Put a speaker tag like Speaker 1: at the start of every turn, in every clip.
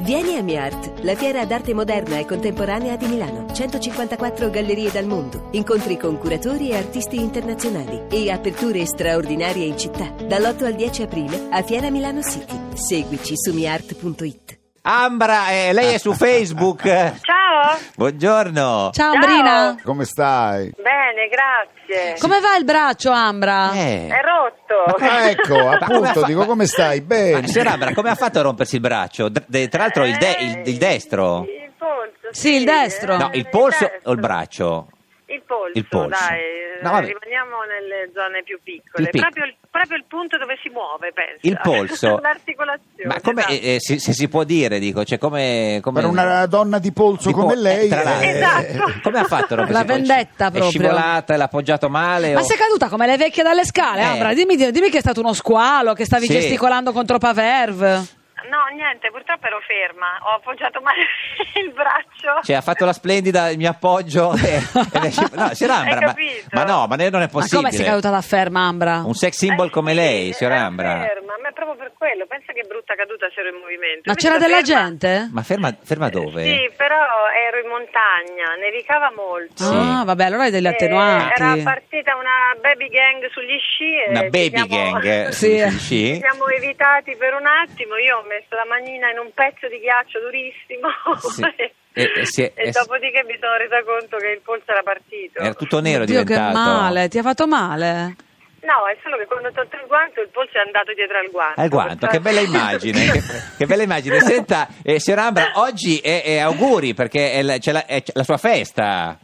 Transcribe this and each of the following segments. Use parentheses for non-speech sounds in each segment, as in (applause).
Speaker 1: Vieni a MiArt, la fiera d'arte moderna e contemporanea di Milano. 154 gallerie dal mondo, incontri con curatori e artisti internazionali e aperture straordinarie in città. Dall'8 al 10 aprile a Fiera Milano City. Seguici su miart.it.
Speaker 2: Ambra, eh, lei è su Facebook.
Speaker 3: Ciao,
Speaker 2: (laughs) Buongiorno.
Speaker 4: Ciao
Speaker 3: Ciao.
Speaker 4: Ambrina,
Speaker 5: Come stai?
Speaker 3: bene, grazie.
Speaker 4: come va il braccio Ambra?
Speaker 2: Eh.
Speaker 3: È rotto.
Speaker 5: Ah, ecco,
Speaker 2: Ma come ha fa-
Speaker 5: appunto, dico come stai?
Speaker 2: Ma,
Speaker 3: Eh.
Speaker 5: Bene.
Speaker 2: signor Ambra, come ha fatto a rompersi il braccio? Dr- de- Tra l'altro il, de- il- il destro.
Speaker 3: Eh, Il polso.
Speaker 4: Sì, il destro.
Speaker 2: No, il polso o il
Speaker 3: destro.
Speaker 2: braccio?
Speaker 3: Il polso,
Speaker 2: Il polso.
Speaker 3: dai,
Speaker 2: No, vabbè.
Speaker 3: rimaniamo nelle zone più piccole.
Speaker 2: Più pic-
Speaker 3: proprio, il, proprio il punto dove si muove, penso.
Speaker 2: Il
Speaker 3: (laughs)
Speaker 2: polso.
Speaker 3: L'articolazione.
Speaker 2: Ma come,
Speaker 3: esatto.
Speaker 2: eh, eh, se, se si può dire, dico, cioè come... come-
Speaker 5: Per una donna di polso
Speaker 2: Tipo,
Speaker 5: come
Speaker 2: eh,
Speaker 5: lei.
Speaker 2: tra l'altro.
Speaker 5: eh,
Speaker 3: Esatto.
Speaker 2: Come ha fatto? a rompersi
Speaker 4: La
Speaker 2: il braccio?
Speaker 4: vendetta
Speaker 2: È
Speaker 4: proprio.
Speaker 2: scivolata, l'ha appoggiato male?
Speaker 4: Ma
Speaker 2: o-
Speaker 4: sei caduta come le vecchie dalle scale,
Speaker 2: oh. Eh.
Speaker 4: Ambra? Dimmi, dimmi che è stato uno squalo, che stavi
Speaker 2: Sì.
Speaker 4: gesticolando contro Paverve.
Speaker 3: No, niente, purtroppo ero ferma. Ho appoggiato male (laughs) il braccio.
Speaker 2: Cioè, ha fatto la splendida, il mio
Speaker 4: (laughs)
Speaker 2: appoggio. e- e lei- no, signor
Speaker 3: Hai
Speaker 2: Ambra, ma,
Speaker 3: capito?
Speaker 2: ma no, ma non è
Speaker 4: Ma
Speaker 2: possibile.
Speaker 4: come sei caduta da ferma, Ambra?
Speaker 2: Un sex symbol
Speaker 3: Eh,
Speaker 2: come
Speaker 3: sì,
Speaker 2: lei, signor
Speaker 3: ero
Speaker 2: Ambra.
Speaker 3: ferma, ma è proprio per quello. Pensa che brutta caduta se ero in movimento.
Speaker 4: Ma
Speaker 3: Mi
Speaker 4: c'era
Speaker 3: sono
Speaker 4: della
Speaker 3: ferma.
Speaker 4: gente?
Speaker 2: Ma ferma, ferma dove?
Speaker 3: Eh, Sì, però ero in montagna, nevicava molto.
Speaker 2: Sì.
Speaker 4: Ah, vabbè, allora hai
Speaker 3: Eh,
Speaker 4: degli
Speaker 3: Era
Speaker 4: attenuanti.
Speaker 3: partita una baby gang sugli sci. e
Speaker 2: Una
Speaker 3: ci
Speaker 2: baby
Speaker 3: siamo- (laughs)
Speaker 2: gang eh,
Speaker 4: Sì.
Speaker 2: sugli sci.
Speaker 3: Ci siamo evitati per un attimo, io ho messo la manina in un pezzo di ghiaccio durissimo
Speaker 2: Sì.
Speaker 3: (laughs) e,
Speaker 2: E- e si è-
Speaker 3: e
Speaker 2: e si-
Speaker 3: dopodiché mi sono resa conto che il polso era partito.
Speaker 2: Era tutto nero
Speaker 4: Oddio, che
Speaker 2: diventato.
Speaker 4: male, ti ha fatto male.
Speaker 3: No, è solo che quando ho tolto il guanto il polso è andato dietro al guanto.
Speaker 2: Al guanto, che
Speaker 3: (laughs)
Speaker 2: bella immagine, che, che bella immagine. Senta, eh, signor Ambra, oggi è, è auguri perché è la, c'è la, è la sua festa.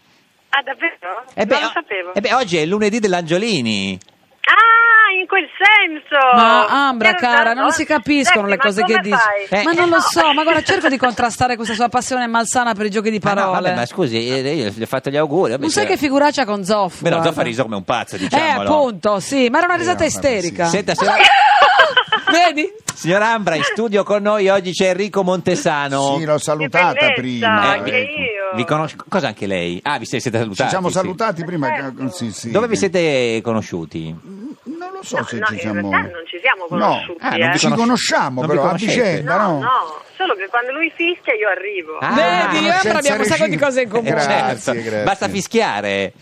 Speaker 3: Ah, davvero?
Speaker 2: Eh beh,
Speaker 3: non lo
Speaker 2: o-
Speaker 3: sapevo.
Speaker 2: eh beh, oggi è il lunedì dell'Angiolini.
Speaker 3: Ah, in quel senso!
Speaker 4: Ma Ambra,
Speaker 3: Era
Speaker 4: cara,
Speaker 3: una-
Speaker 4: non si capiscono
Speaker 3: Oh, Senti,
Speaker 4: le
Speaker 3: ma
Speaker 4: cose che
Speaker 3: come
Speaker 4: dici.
Speaker 3: fai?
Speaker 2: Eh.
Speaker 4: Ma non
Speaker 3: No.
Speaker 4: lo so, ma
Speaker 2: (laughs)
Speaker 4: guarda, cerca di contrastare questa sua passione malsana per i giochi di
Speaker 2: Ma Ah, no,
Speaker 4: parole.
Speaker 2: vabbè, ma scusi, eh, io gli ho fatto gli auguri. vabbè,
Speaker 4: non sai
Speaker 2: c'era-
Speaker 4: che figuraccia con Zoff.
Speaker 2: Beh, no,
Speaker 4: guarda.
Speaker 2: Zoffa ha riso come un pazzo,
Speaker 4: Eh,
Speaker 2: diciamolo.
Speaker 4: appunto, sì, ma era una risata
Speaker 5: vabbè, sì.
Speaker 4: isterica.
Speaker 2: Senta, signor,
Speaker 4: Vedi?
Speaker 2: signor Ambra, in studio con noi oggi c'è Enrico Montesano.
Speaker 5: Sì, l'ho salutata
Speaker 3: bellezza,
Speaker 5: prima.
Speaker 3: anche
Speaker 5: eh.
Speaker 3: io.
Speaker 2: Vi conosco, cosa anche lei? Ah, vi siete siete salutati.
Speaker 5: Ci siamo
Speaker 2: sì.
Speaker 5: salutati prima.
Speaker 3: Certo.
Speaker 5: eh, sì, sì.
Speaker 2: Dove vi siete conosciuti?
Speaker 5: Non lo so
Speaker 3: No,
Speaker 5: se
Speaker 3: no,
Speaker 5: ci
Speaker 3: in
Speaker 5: siamo.
Speaker 3: realtà non ci siamo conosciuti,
Speaker 2: Ah, non
Speaker 3: eh.
Speaker 2: vi
Speaker 5: Ci
Speaker 2: conosci-
Speaker 5: conosciamo
Speaker 2: non vi
Speaker 5: però a
Speaker 2: conoscete.
Speaker 5: vicenda,
Speaker 3: No,
Speaker 5: no?
Speaker 3: no, solo che quando lui fischia io arrivo.
Speaker 2: Eh, Ah.
Speaker 4: Vedi, io e Ambra abbiamo un sacco di cose in
Speaker 2: Eh,
Speaker 4: comune. Cioè,
Speaker 5: Grazie,
Speaker 2: certo.
Speaker 5: grazie.
Speaker 2: Basta fischiare.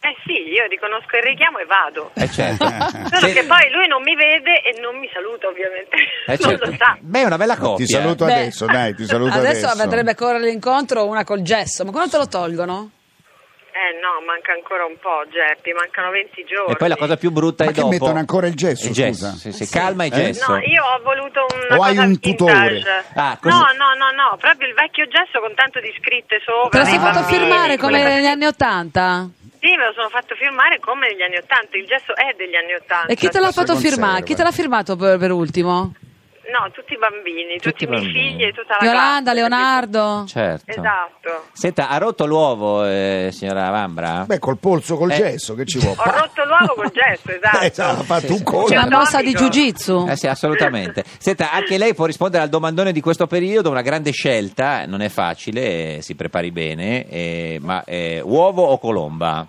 Speaker 3: Eh sì, io riconosco il richiamo e vado.
Speaker 2: Eh,
Speaker 5: (laughs)
Speaker 2: certo.
Speaker 3: Solo
Speaker 2: Se-
Speaker 3: che poi lui non mi vede e non mi saluta, ovviamente.
Speaker 2: eh,
Speaker 3: (laughs) non
Speaker 2: certo.
Speaker 3: lo sa.
Speaker 2: Beh, è una bella coppia.
Speaker 5: Ti saluto
Speaker 4: Beh,
Speaker 5: adesso, dai, ti saluto adesso.
Speaker 4: adesso andrebbe a correre l'incontro una col gesso, ma quando te lo tolgono?
Speaker 3: Eh no, manca ancora un po', Geppi, mancano 20 giorni.
Speaker 2: E poi la cosa più brutta
Speaker 5: Ma
Speaker 2: è
Speaker 5: che
Speaker 2: dopo.
Speaker 5: mettono ancora il gesso,
Speaker 2: Il gesso,
Speaker 5: scusa?
Speaker 2: sì, sì, calma e
Speaker 5: Eh?
Speaker 2: gesso.
Speaker 3: No, io ho voluto una
Speaker 5: O hai
Speaker 3: cosa
Speaker 5: un tutore?
Speaker 3: vintage.
Speaker 2: Ah, così-
Speaker 3: no, no, no, no, proprio il vecchio gesso con tanto di scritte
Speaker 4: Te
Speaker 3: sopra.
Speaker 4: lo sei
Speaker 3: dei
Speaker 4: fatto
Speaker 3: bambini,
Speaker 4: firmare come
Speaker 3: quelle-
Speaker 4: negli anni Ottanta?
Speaker 3: Sì, me lo sono fatto firmare come negli anni Ottanta, il gesso è degli anni Ottanta.
Speaker 4: E chi te l'ha
Speaker 5: si
Speaker 4: fatto
Speaker 5: conserva.
Speaker 4: firmare? Chi te l'ha firmato per, per ultimo?
Speaker 3: No, tutti i bambini,
Speaker 2: Tutti
Speaker 3: tutti,
Speaker 2: i
Speaker 3: i miei
Speaker 2: bambini.
Speaker 3: figli e tutta la
Speaker 4: Yolanda,
Speaker 3: classe,
Speaker 4: Leonardo?
Speaker 2: Certo.
Speaker 3: capito? Esatto.
Speaker 2: Senta, ha rotto l'uovo, eh, signora Vambra?
Speaker 5: Beh, col polso, col
Speaker 2: Eh.
Speaker 5: gesso, che ci vuole?
Speaker 3: Ho rotto l'uovo
Speaker 2: (laughs)
Speaker 3: col gesto, esatto.
Speaker 5: (laughs) Eh, ha fatto un colpo.
Speaker 4: Una
Speaker 3: Certo.
Speaker 4: mossa di jiu-jitsu?
Speaker 2: Eh sì, assolutamente. Senta, anche lei può rispondere al domandone di questo periodo, una grande scelta, non è facile, eh, si prepari bene, eh, ma eh, uovo o colomba?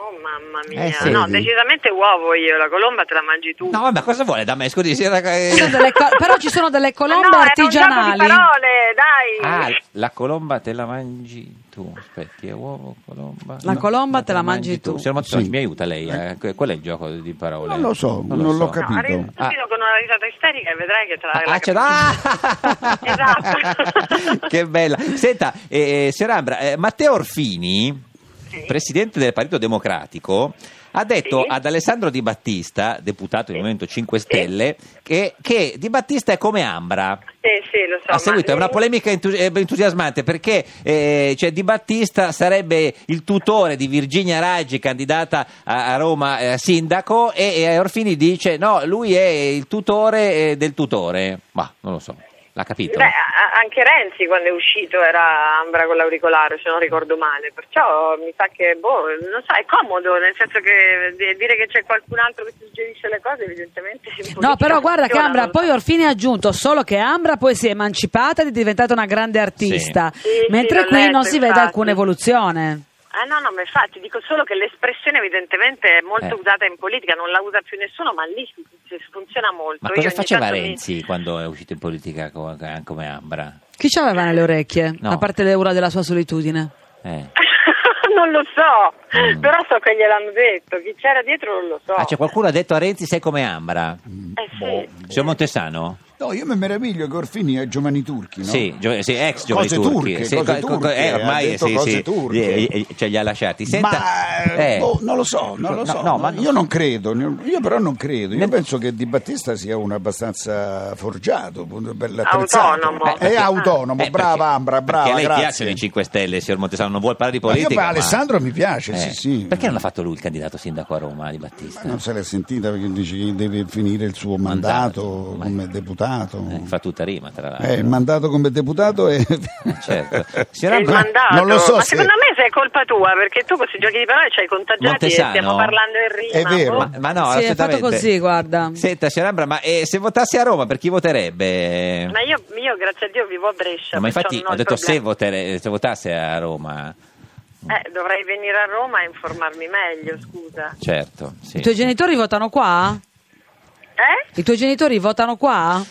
Speaker 3: Oh mamma mia.
Speaker 2: Eh, sì.
Speaker 3: no, decisamente uovo io, la colomba te la mangi tu.
Speaker 2: No, ma cosa vuole da me? Scusi, signora... eh,
Speaker 4: Ci sono (laughs) delle co- però ci sono delle
Speaker 3: Ma
Speaker 4: colombe
Speaker 3: no, Era un
Speaker 4: artigianali.
Speaker 3: gioco di parole, dai.
Speaker 2: Ah, la colomba te la mangi tu. Aspetti, è uovo, colomba.
Speaker 4: La colomba te la mangi tu.
Speaker 2: Signor Montoni,
Speaker 5: Sì.
Speaker 2: mi aiuta lei? eh? Que- Qual è il gioco di parole?
Speaker 5: Non lo so, non l'ho capito.
Speaker 3: No, arrivi subito con una risata isterica e vedrai che te la, la
Speaker 2: Ah, c'è- ah! (laughs)
Speaker 3: Esatto.
Speaker 2: che bella. Senta, eh, eh, signora Ambra, eh, Matteo Orfini,
Speaker 3: Sì.
Speaker 2: presidente del Partito Democratico, ha detto
Speaker 3: Sì.
Speaker 2: ad Alessandro Di Battista, deputato del
Speaker 3: Sì.
Speaker 2: Movimento 5
Speaker 3: Sì.
Speaker 2: Stelle, che, che Di Battista è come Ambra.
Speaker 3: Sì, Eh, sì, lo so.
Speaker 2: Ha
Speaker 3: ma-
Speaker 2: seguito, è una polemica entus- eh, entusiasmante perché eh, cioè, Di Battista sarebbe il tutore di Virginia Raggi, candidata a, a Roma eh, sindaco, e, e Orfini dice no, lui è il tutore eh, del tutore. Ma non lo so, l'ha capito?
Speaker 3: Beh, a- a- anche Renzi quando è uscito era ambra con l'auricolare, se non ricordo male, perciò mi sa che, boh, non so, è comodo, nel senso che di- dire che c'è qualcun altro che suggerisce le cose evidentemente si
Speaker 4: No, però guarda che Ambra, poi Orfini ha aggiunto solo che Ambra poi si è emancipata ed è diventata una grande artista,
Speaker 3: Sì, sì,
Speaker 4: mentre
Speaker 3: l'ho
Speaker 4: qui
Speaker 3: letto,
Speaker 4: non si vede
Speaker 3: infatti.
Speaker 4: alcuna evoluzione.
Speaker 3: Ah no, no, ma infatti dico solo che l'espressione evidentemente è molto
Speaker 2: Eh.
Speaker 3: usata in politica, non la usa più nessuno, ma lì si- si- funziona molto.
Speaker 2: Ma
Speaker 3: Io
Speaker 2: cosa
Speaker 3: ogni
Speaker 2: faceva
Speaker 3: tanto mi-
Speaker 2: Renzi quando è uscito in politica co- come Ambra?
Speaker 4: Chi ce l'aveva
Speaker 3: Eh.
Speaker 4: nelle orecchie?
Speaker 2: No.
Speaker 4: A parte l'eura della sua solitudine.
Speaker 2: Eh.
Speaker 3: (laughs) non lo so,
Speaker 2: Mm.
Speaker 3: però so che gliel'hanno detto, chi c'era dietro non lo so.
Speaker 2: Ah, c'è Boh. qualcuno ha detto a Renzi sei come Ambra.
Speaker 3: Eh sì.
Speaker 2: Signor Montesano?
Speaker 5: No, io mi meraviglio che Orfini è Giovani Turchi, no?
Speaker 2: Sì, gio- sì, ex giovani
Speaker 5: Cose
Speaker 2: turchi.
Speaker 5: turche,
Speaker 2: Sì,
Speaker 5: cose
Speaker 2: co- co-
Speaker 5: turche,
Speaker 2: eh,
Speaker 5: ha detto cose turche.
Speaker 2: eh, eh, eh, ce li ha lasciati. Senta,
Speaker 5: ma eh,
Speaker 2: eh,
Speaker 5: boh, non lo so, non
Speaker 2: No,
Speaker 5: lo so.
Speaker 2: no, ma-
Speaker 5: io non credo, io però non credo. Io
Speaker 2: Ne-
Speaker 5: penso che Di Battista sia uno abbastanza forgiato, bello attrezzato.
Speaker 3: Autonomo.
Speaker 5: Eh, è
Speaker 2: perché-
Speaker 5: autonomo,
Speaker 2: eh,
Speaker 5: brava
Speaker 2: perché-
Speaker 5: Ambra, brava,
Speaker 2: Perché a lei
Speaker 5: grazie.
Speaker 2: piacciono i 5 Stelle, signor Montesano, non vuol parlare di
Speaker 5: Ma io
Speaker 2: politica.
Speaker 5: per Alessandro mi piace,
Speaker 2: Eh,
Speaker 5: sì, sì.
Speaker 2: Perché non ha fatto lui il candidato sindaco a Roma di Battista?
Speaker 5: Ma Non se l'è sentita perché dice che deve finire il suo mandato,
Speaker 2: Mandato, ma-
Speaker 5: come deputato.
Speaker 2: Eh, fa tutta rima, tra l'altro.
Speaker 5: Eh, il mandato come
Speaker 2: (laughs)
Speaker 5: deputato è...
Speaker 2: Eh,
Speaker 5: (laughs)
Speaker 2: certo.
Speaker 3: Il
Speaker 2: Signor Ambra-
Speaker 3: mandato.
Speaker 5: non lo so
Speaker 3: ma
Speaker 5: se-
Speaker 3: secondo me se è colpa tua perché tu questi giochi di parole ci hai contagiati
Speaker 2: Montesano?
Speaker 3: e stiamo parlando in rima.
Speaker 5: È vero.
Speaker 3: boh.
Speaker 2: Ma, ma no,
Speaker 4: Sì, è fatto
Speaker 2: assolutamente.
Speaker 4: così, guarda.
Speaker 2: Senta, signor Ambra, ma eh, se votasse a Roma, per chi voterebbe?
Speaker 3: Ma io, io, grazie a Dio vivo a Brescia.
Speaker 2: No, ma
Speaker 3: perciò
Speaker 2: infatti
Speaker 3: non
Speaker 2: ho detto
Speaker 3: il problema.
Speaker 2: se, votere- se votasse a Roma,
Speaker 3: Eh, dovrei venire a Roma e informarmi meglio, scusa.
Speaker 2: certo. sì.
Speaker 4: I tuoi genitori votano qua?
Speaker 3: Eh?
Speaker 4: I tuoi genitori votano qua?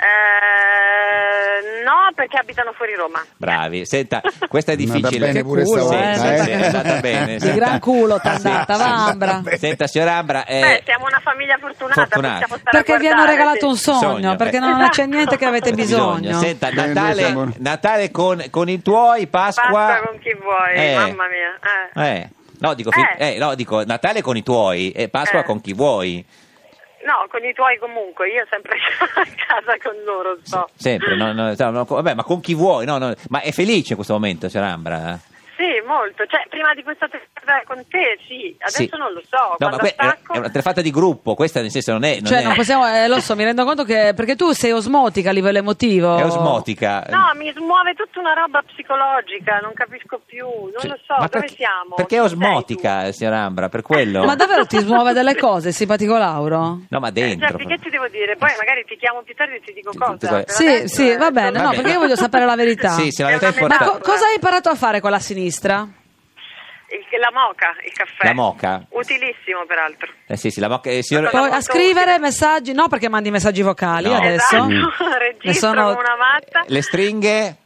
Speaker 3: Eh, no, perché abitano fuori Roma.
Speaker 2: Bravi, senta, questa è
Speaker 5: È andata
Speaker 2: difficile.
Speaker 5: bene pure
Speaker 4: culo,
Speaker 5: stavolta,
Speaker 4: eh.
Speaker 2: Sì, sì, sì,
Speaker 5: eh.
Speaker 2: è andata bene.
Speaker 4: Di
Speaker 2: senta.
Speaker 4: gran culo t'è
Speaker 2: Ah, sì,
Speaker 4: andata,
Speaker 2: sì.
Speaker 4: va Ambra.
Speaker 2: Senta, signor Ambra, eh,
Speaker 3: Beh, siamo una famiglia fortunata,
Speaker 2: Fortunata.
Speaker 3: possiamo stare a
Speaker 4: Perché vi hanno
Speaker 3: guardare,
Speaker 4: regalato
Speaker 3: sì.
Speaker 4: un sogno,
Speaker 2: Sogno,
Speaker 4: perché
Speaker 2: eh.
Speaker 4: non c'è niente che (laughs) avete bisogno.
Speaker 2: Senta,
Speaker 5: Eh, noi siamo-
Speaker 2: Natale, Natale con, con i tuoi, Pasqua...
Speaker 3: Pasqua con chi vuoi, mamma mia, eh.
Speaker 2: Eh. No, dico, fi-
Speaker 3: Eh.
Speaker 2: eh, no, dico, Natale con i tuoi e Pasqua
Speaker 3: Eh.
Speaker 2: con chi vuoi.
Speaker 3: No, con i tuoi comunque, io sempre (laughs) a casa con loro sto.
Speaker 2: Sempre, no, no, no, no, co- vabbè, ma con chi vuoi? no, no. Ma è felice in questo momento, signor Ambra?
Speaker 3: Sì, molto. Cioè, prima di questa telefonata con te, sì. Adesso
Speaker 2: Sì.
Speaker 3: non lo so,
Speaker 2: No, ma
Speaker 3: quando
Speaker 2: que- è,
Speaker 3: attacco...
Speaker 2: è una telefonata di gruppo, questa nel senso non è... Non
Speaker 4: Cioè,
Speaker 2: è-
Speaker 4: non possiamo, eh, lo so, mi rendo conto che perché tu sei osmotica a livello emotivo.
Speaker 2: è osmotica.
Speaker 3: No, mi smuove tutta una roba psicologica, non capisco più, non
Speaker 2: Cioè,
Speaker 3: lo so,
Speaker 2: ma
Speaker 3: dove
Speaker 2: perché,
Speaker 3: siamo?
Speaker 2: Perché è
Speaker 3: Chi sei tu?
Speaker 2: osmotica, signor Ambra, per quello?
Speaker 4: Ma davvero ti smuove delle cose, simpatico Lauro?
Speaker 2: No, ma
Speaker 3: Eh,
Speaker 2: dentro. Eh
Speaker 3: Gianni, che ti devo dire? Poi magari ti chiamo più tardi e ti dico
Speaker 2: Ti- ti-
Speaker 3: cosa.
Speaker 2: ti-
Speaker 3: però
Speaker 2: ti-
Speaker 4: Sì,
Speaker 3: adesso
Speaker 4: sì,
Speaker 3: è-
Speaker 4: va bene, no, perché io voglio sapere la verità.
Speaker 2: Sì, sì, la
Speaker 3: È
Speaker 2: verità è
Speaker 3: una
Speaker 4: Ma
Speaker 2: importante.
Speaker 4: co- cosa hai imparato a fare con la sinistra?
Speaker 3: Il- la moca, il caffè.
Speaker 2: La moca?
Speaker 3: Utilissimo, peraltro.
Speaker 2: Eh, sì, sì, la moc- eh, signor-
Speaker 3: Ma
Speaker 4: Poi a
Speaker 3: molto
Speaker 4: scrivere messaggi, no perché mandi messaggi vocali
Speaker 2: No.
Speaker 3: (laughs)
Speaker 4: adesso.
Speaker 3: Esatto,
Speaker 2: Mm.
Speaker 4: Ne
Speaker 3: registro
Speaker 4: sono-
Speaker 3: come una matta.
Speaker 2: Le stringhe?
Speaker 3: Eh,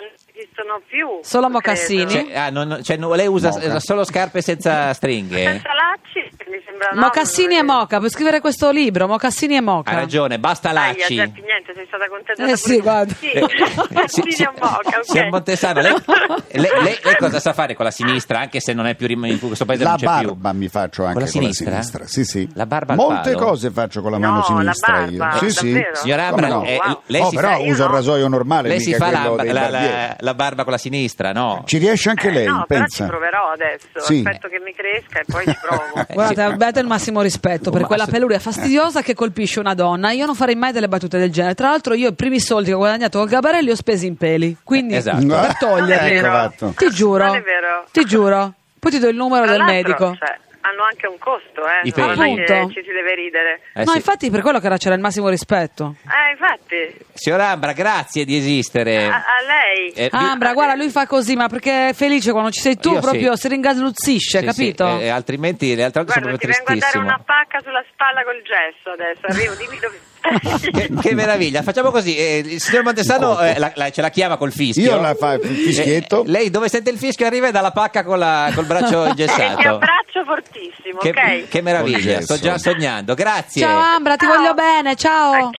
Speaker 3: non esistono più.
Speaker 4: Solo
Speaker 3: credo.
Speaker 4: mocassini?
Speaker 2: Cioè, ah, non- non- cioè, no, lei usa
Speaker 5: Moca.
Speaker 2: eh, solo scarpe senza
Speaker 3: (laughs)
Speaker 2: stringhe?
Speaker 3: Senza lacci, mi sembra no,
Speaker 4: Mocassini e
Speaker 3: non-
Speaker 4: Moca, puoi scrivere questo libro, Mocassini e Moca.
Speaker 2: Ha ragione, basta
Speaker 3: Dai,
Speaker 2: lacci.
Speaker 3: Gianni, niente, sei stata contagiata.
Speaker 4: Eh sì,
Speaker 3: pure-
Speaker 4: guarda.
Speaker 3: Sì, (laughs)
Speaker 2: Eh,
Speaker 3: Mocassini
Speaker 2: sì,
Speaker 3: e moca, ok.
Speaker 2: Signor Montesano,
Speaker 3: (laughs)
Speaker 2: lei, lei- lei- lei cosa sa fare con la sinistra, anche se non è più rim- in questo paese
Speaker 5: La
Speaker 2: non c'è
Speaker 5: barba
Speaker 2: più?
Speaker 5: mi faccio anche con la sinistra. Sì, sì.
Speaker 2: La barba al
Speaker 5: Molte
Speaker 2: palo?
Speaker 5: cose faccio con la
Speaker 3: No,
Speaker 5: mano
Speaker 3: la
Speaker 5: sinistra
Speaker 3: barba,
Speaker 5: io. Sì, sì.
Speaker 3: davvero?
Speaker 2: Signora
Speaker 5: Come
Speaker 2: Ambra,
Speaker 5: no?
Speaker 2: eh,
Speaker 3: Wow.
Speaker 2: lei
Speaker 5: Oh,
Speaker 2: si
Speaker 5: però
Speaker 2: fa,
Speaker 3: io
Speaker 5: uso il
Speaker 3: no.
Speaker 5: rasoio normale,
Speaker 2: lei si
Speaker 5: mica
Speaker 2: fa
Speaker 5: quello
Speaker 2: la,
Speaker 5: dei
Speaker 2: la-
Speaker 5: barbieri.
Speaker 2: la- la barba con la sinistra, no?
Speaker 5: Ci riesce anche lei,
Speaker 3: Eh, no,
Speaker 5: pensa.
Speaker 3: però ci proverò adesso.
Speaker 5: Sì.
Speaker 3: Aspetto che mi cresca e poi
Speaker 2: (laughs)
Speaker 3: ci provo.
Speaker 2: Eh,
Speaker 4: Guardate,
Speaker 2: sì.
Speaker 4: abbiate il massimo rispetto per
Speaker 2: Ma
Speaker 4: quella
Speaker 2: se-
Speaker 4: peluria fastidiosa che colpisce una donna. Io non farei mai delle battute del genere. Tra l'altro, io i primi soldi che ho guadagnato col Gabarelli li ho spesi in peli. Quindi,
Speaker 2: Esatto.
Speaker 4: per toglierli,
Speaker 5: Ecco fatto.
Speaker 4: ti giuro,
Speaker 3: Non è vero.
Speaker 4: ti giuro. Poi ti do il numero
Speaker 3: Tra
Speaker 4: del
Speaker 3: l'altro,
Speaker 4: medico.
Speaker 3: cioè, hanno anche un costo, eh.
Speaker 2: I
Speaker 3: Non è che
Speaker 4: peli.
Speaker 3: ci si deve ridere.
Speaker 2: Eh,
Speaker 4: no,
Speaker 2: sì.
Speaker 4: infatti, per quello che era c'era il massimo rispetto.
Speaker 3: Eh, infatti,
Speaker 2: Signor Ambra, grazie di esistere.
Speaker 3: a, a lei.
Speaker 2: Eh, vi-
Speaker 4: Ambra, guarda, lui fa così, ma perché è felice quando ci sei tu,
Speaker 2: Io sì.
Speaker 4: proprio si ringalluzzisce,
Speaker 2: Sì,
Speaker 4: capito?
Speaker 2: sì, eh, altrimenti le altre volte sono
Speaker 3: Guarda, ti
Speaker 2: proprio
Speaker 3: vengo a dare
Speaker 2: tristissimo.
Speaker 3: una pacca sulla spalla col gesso adesso. Arrivo, dimmi
Speaker 2: (laughs)
Speaker 3: dove (laughs)
Speaker 2: Che, che meraviglia, facciamo così. eh, il signor Montesano eh, la- la- ce la chiama col fischio.
Speaker 5: Io la fa il fischietto.
Speaker 2: Eh, lei dove sente il fischio arriva e dalla pacca con la- col
Speaker 3: (laughs)
Speaker 2: braccio
Speaker 3: E ti
Speaker 2: ingessato.
Speaker 3: abbraccio fortissimo,
Speaker 2: Esatto. Che,
Speaker 3: ok?
Speaker 2: che meraviglia, sto già sognando. Grazie.
Speaker 4: Ciao Ambra, ti
Speaker 3: Ciao.
Speaker 2: Ecco,
Speaker 4: voglio bene, ciao.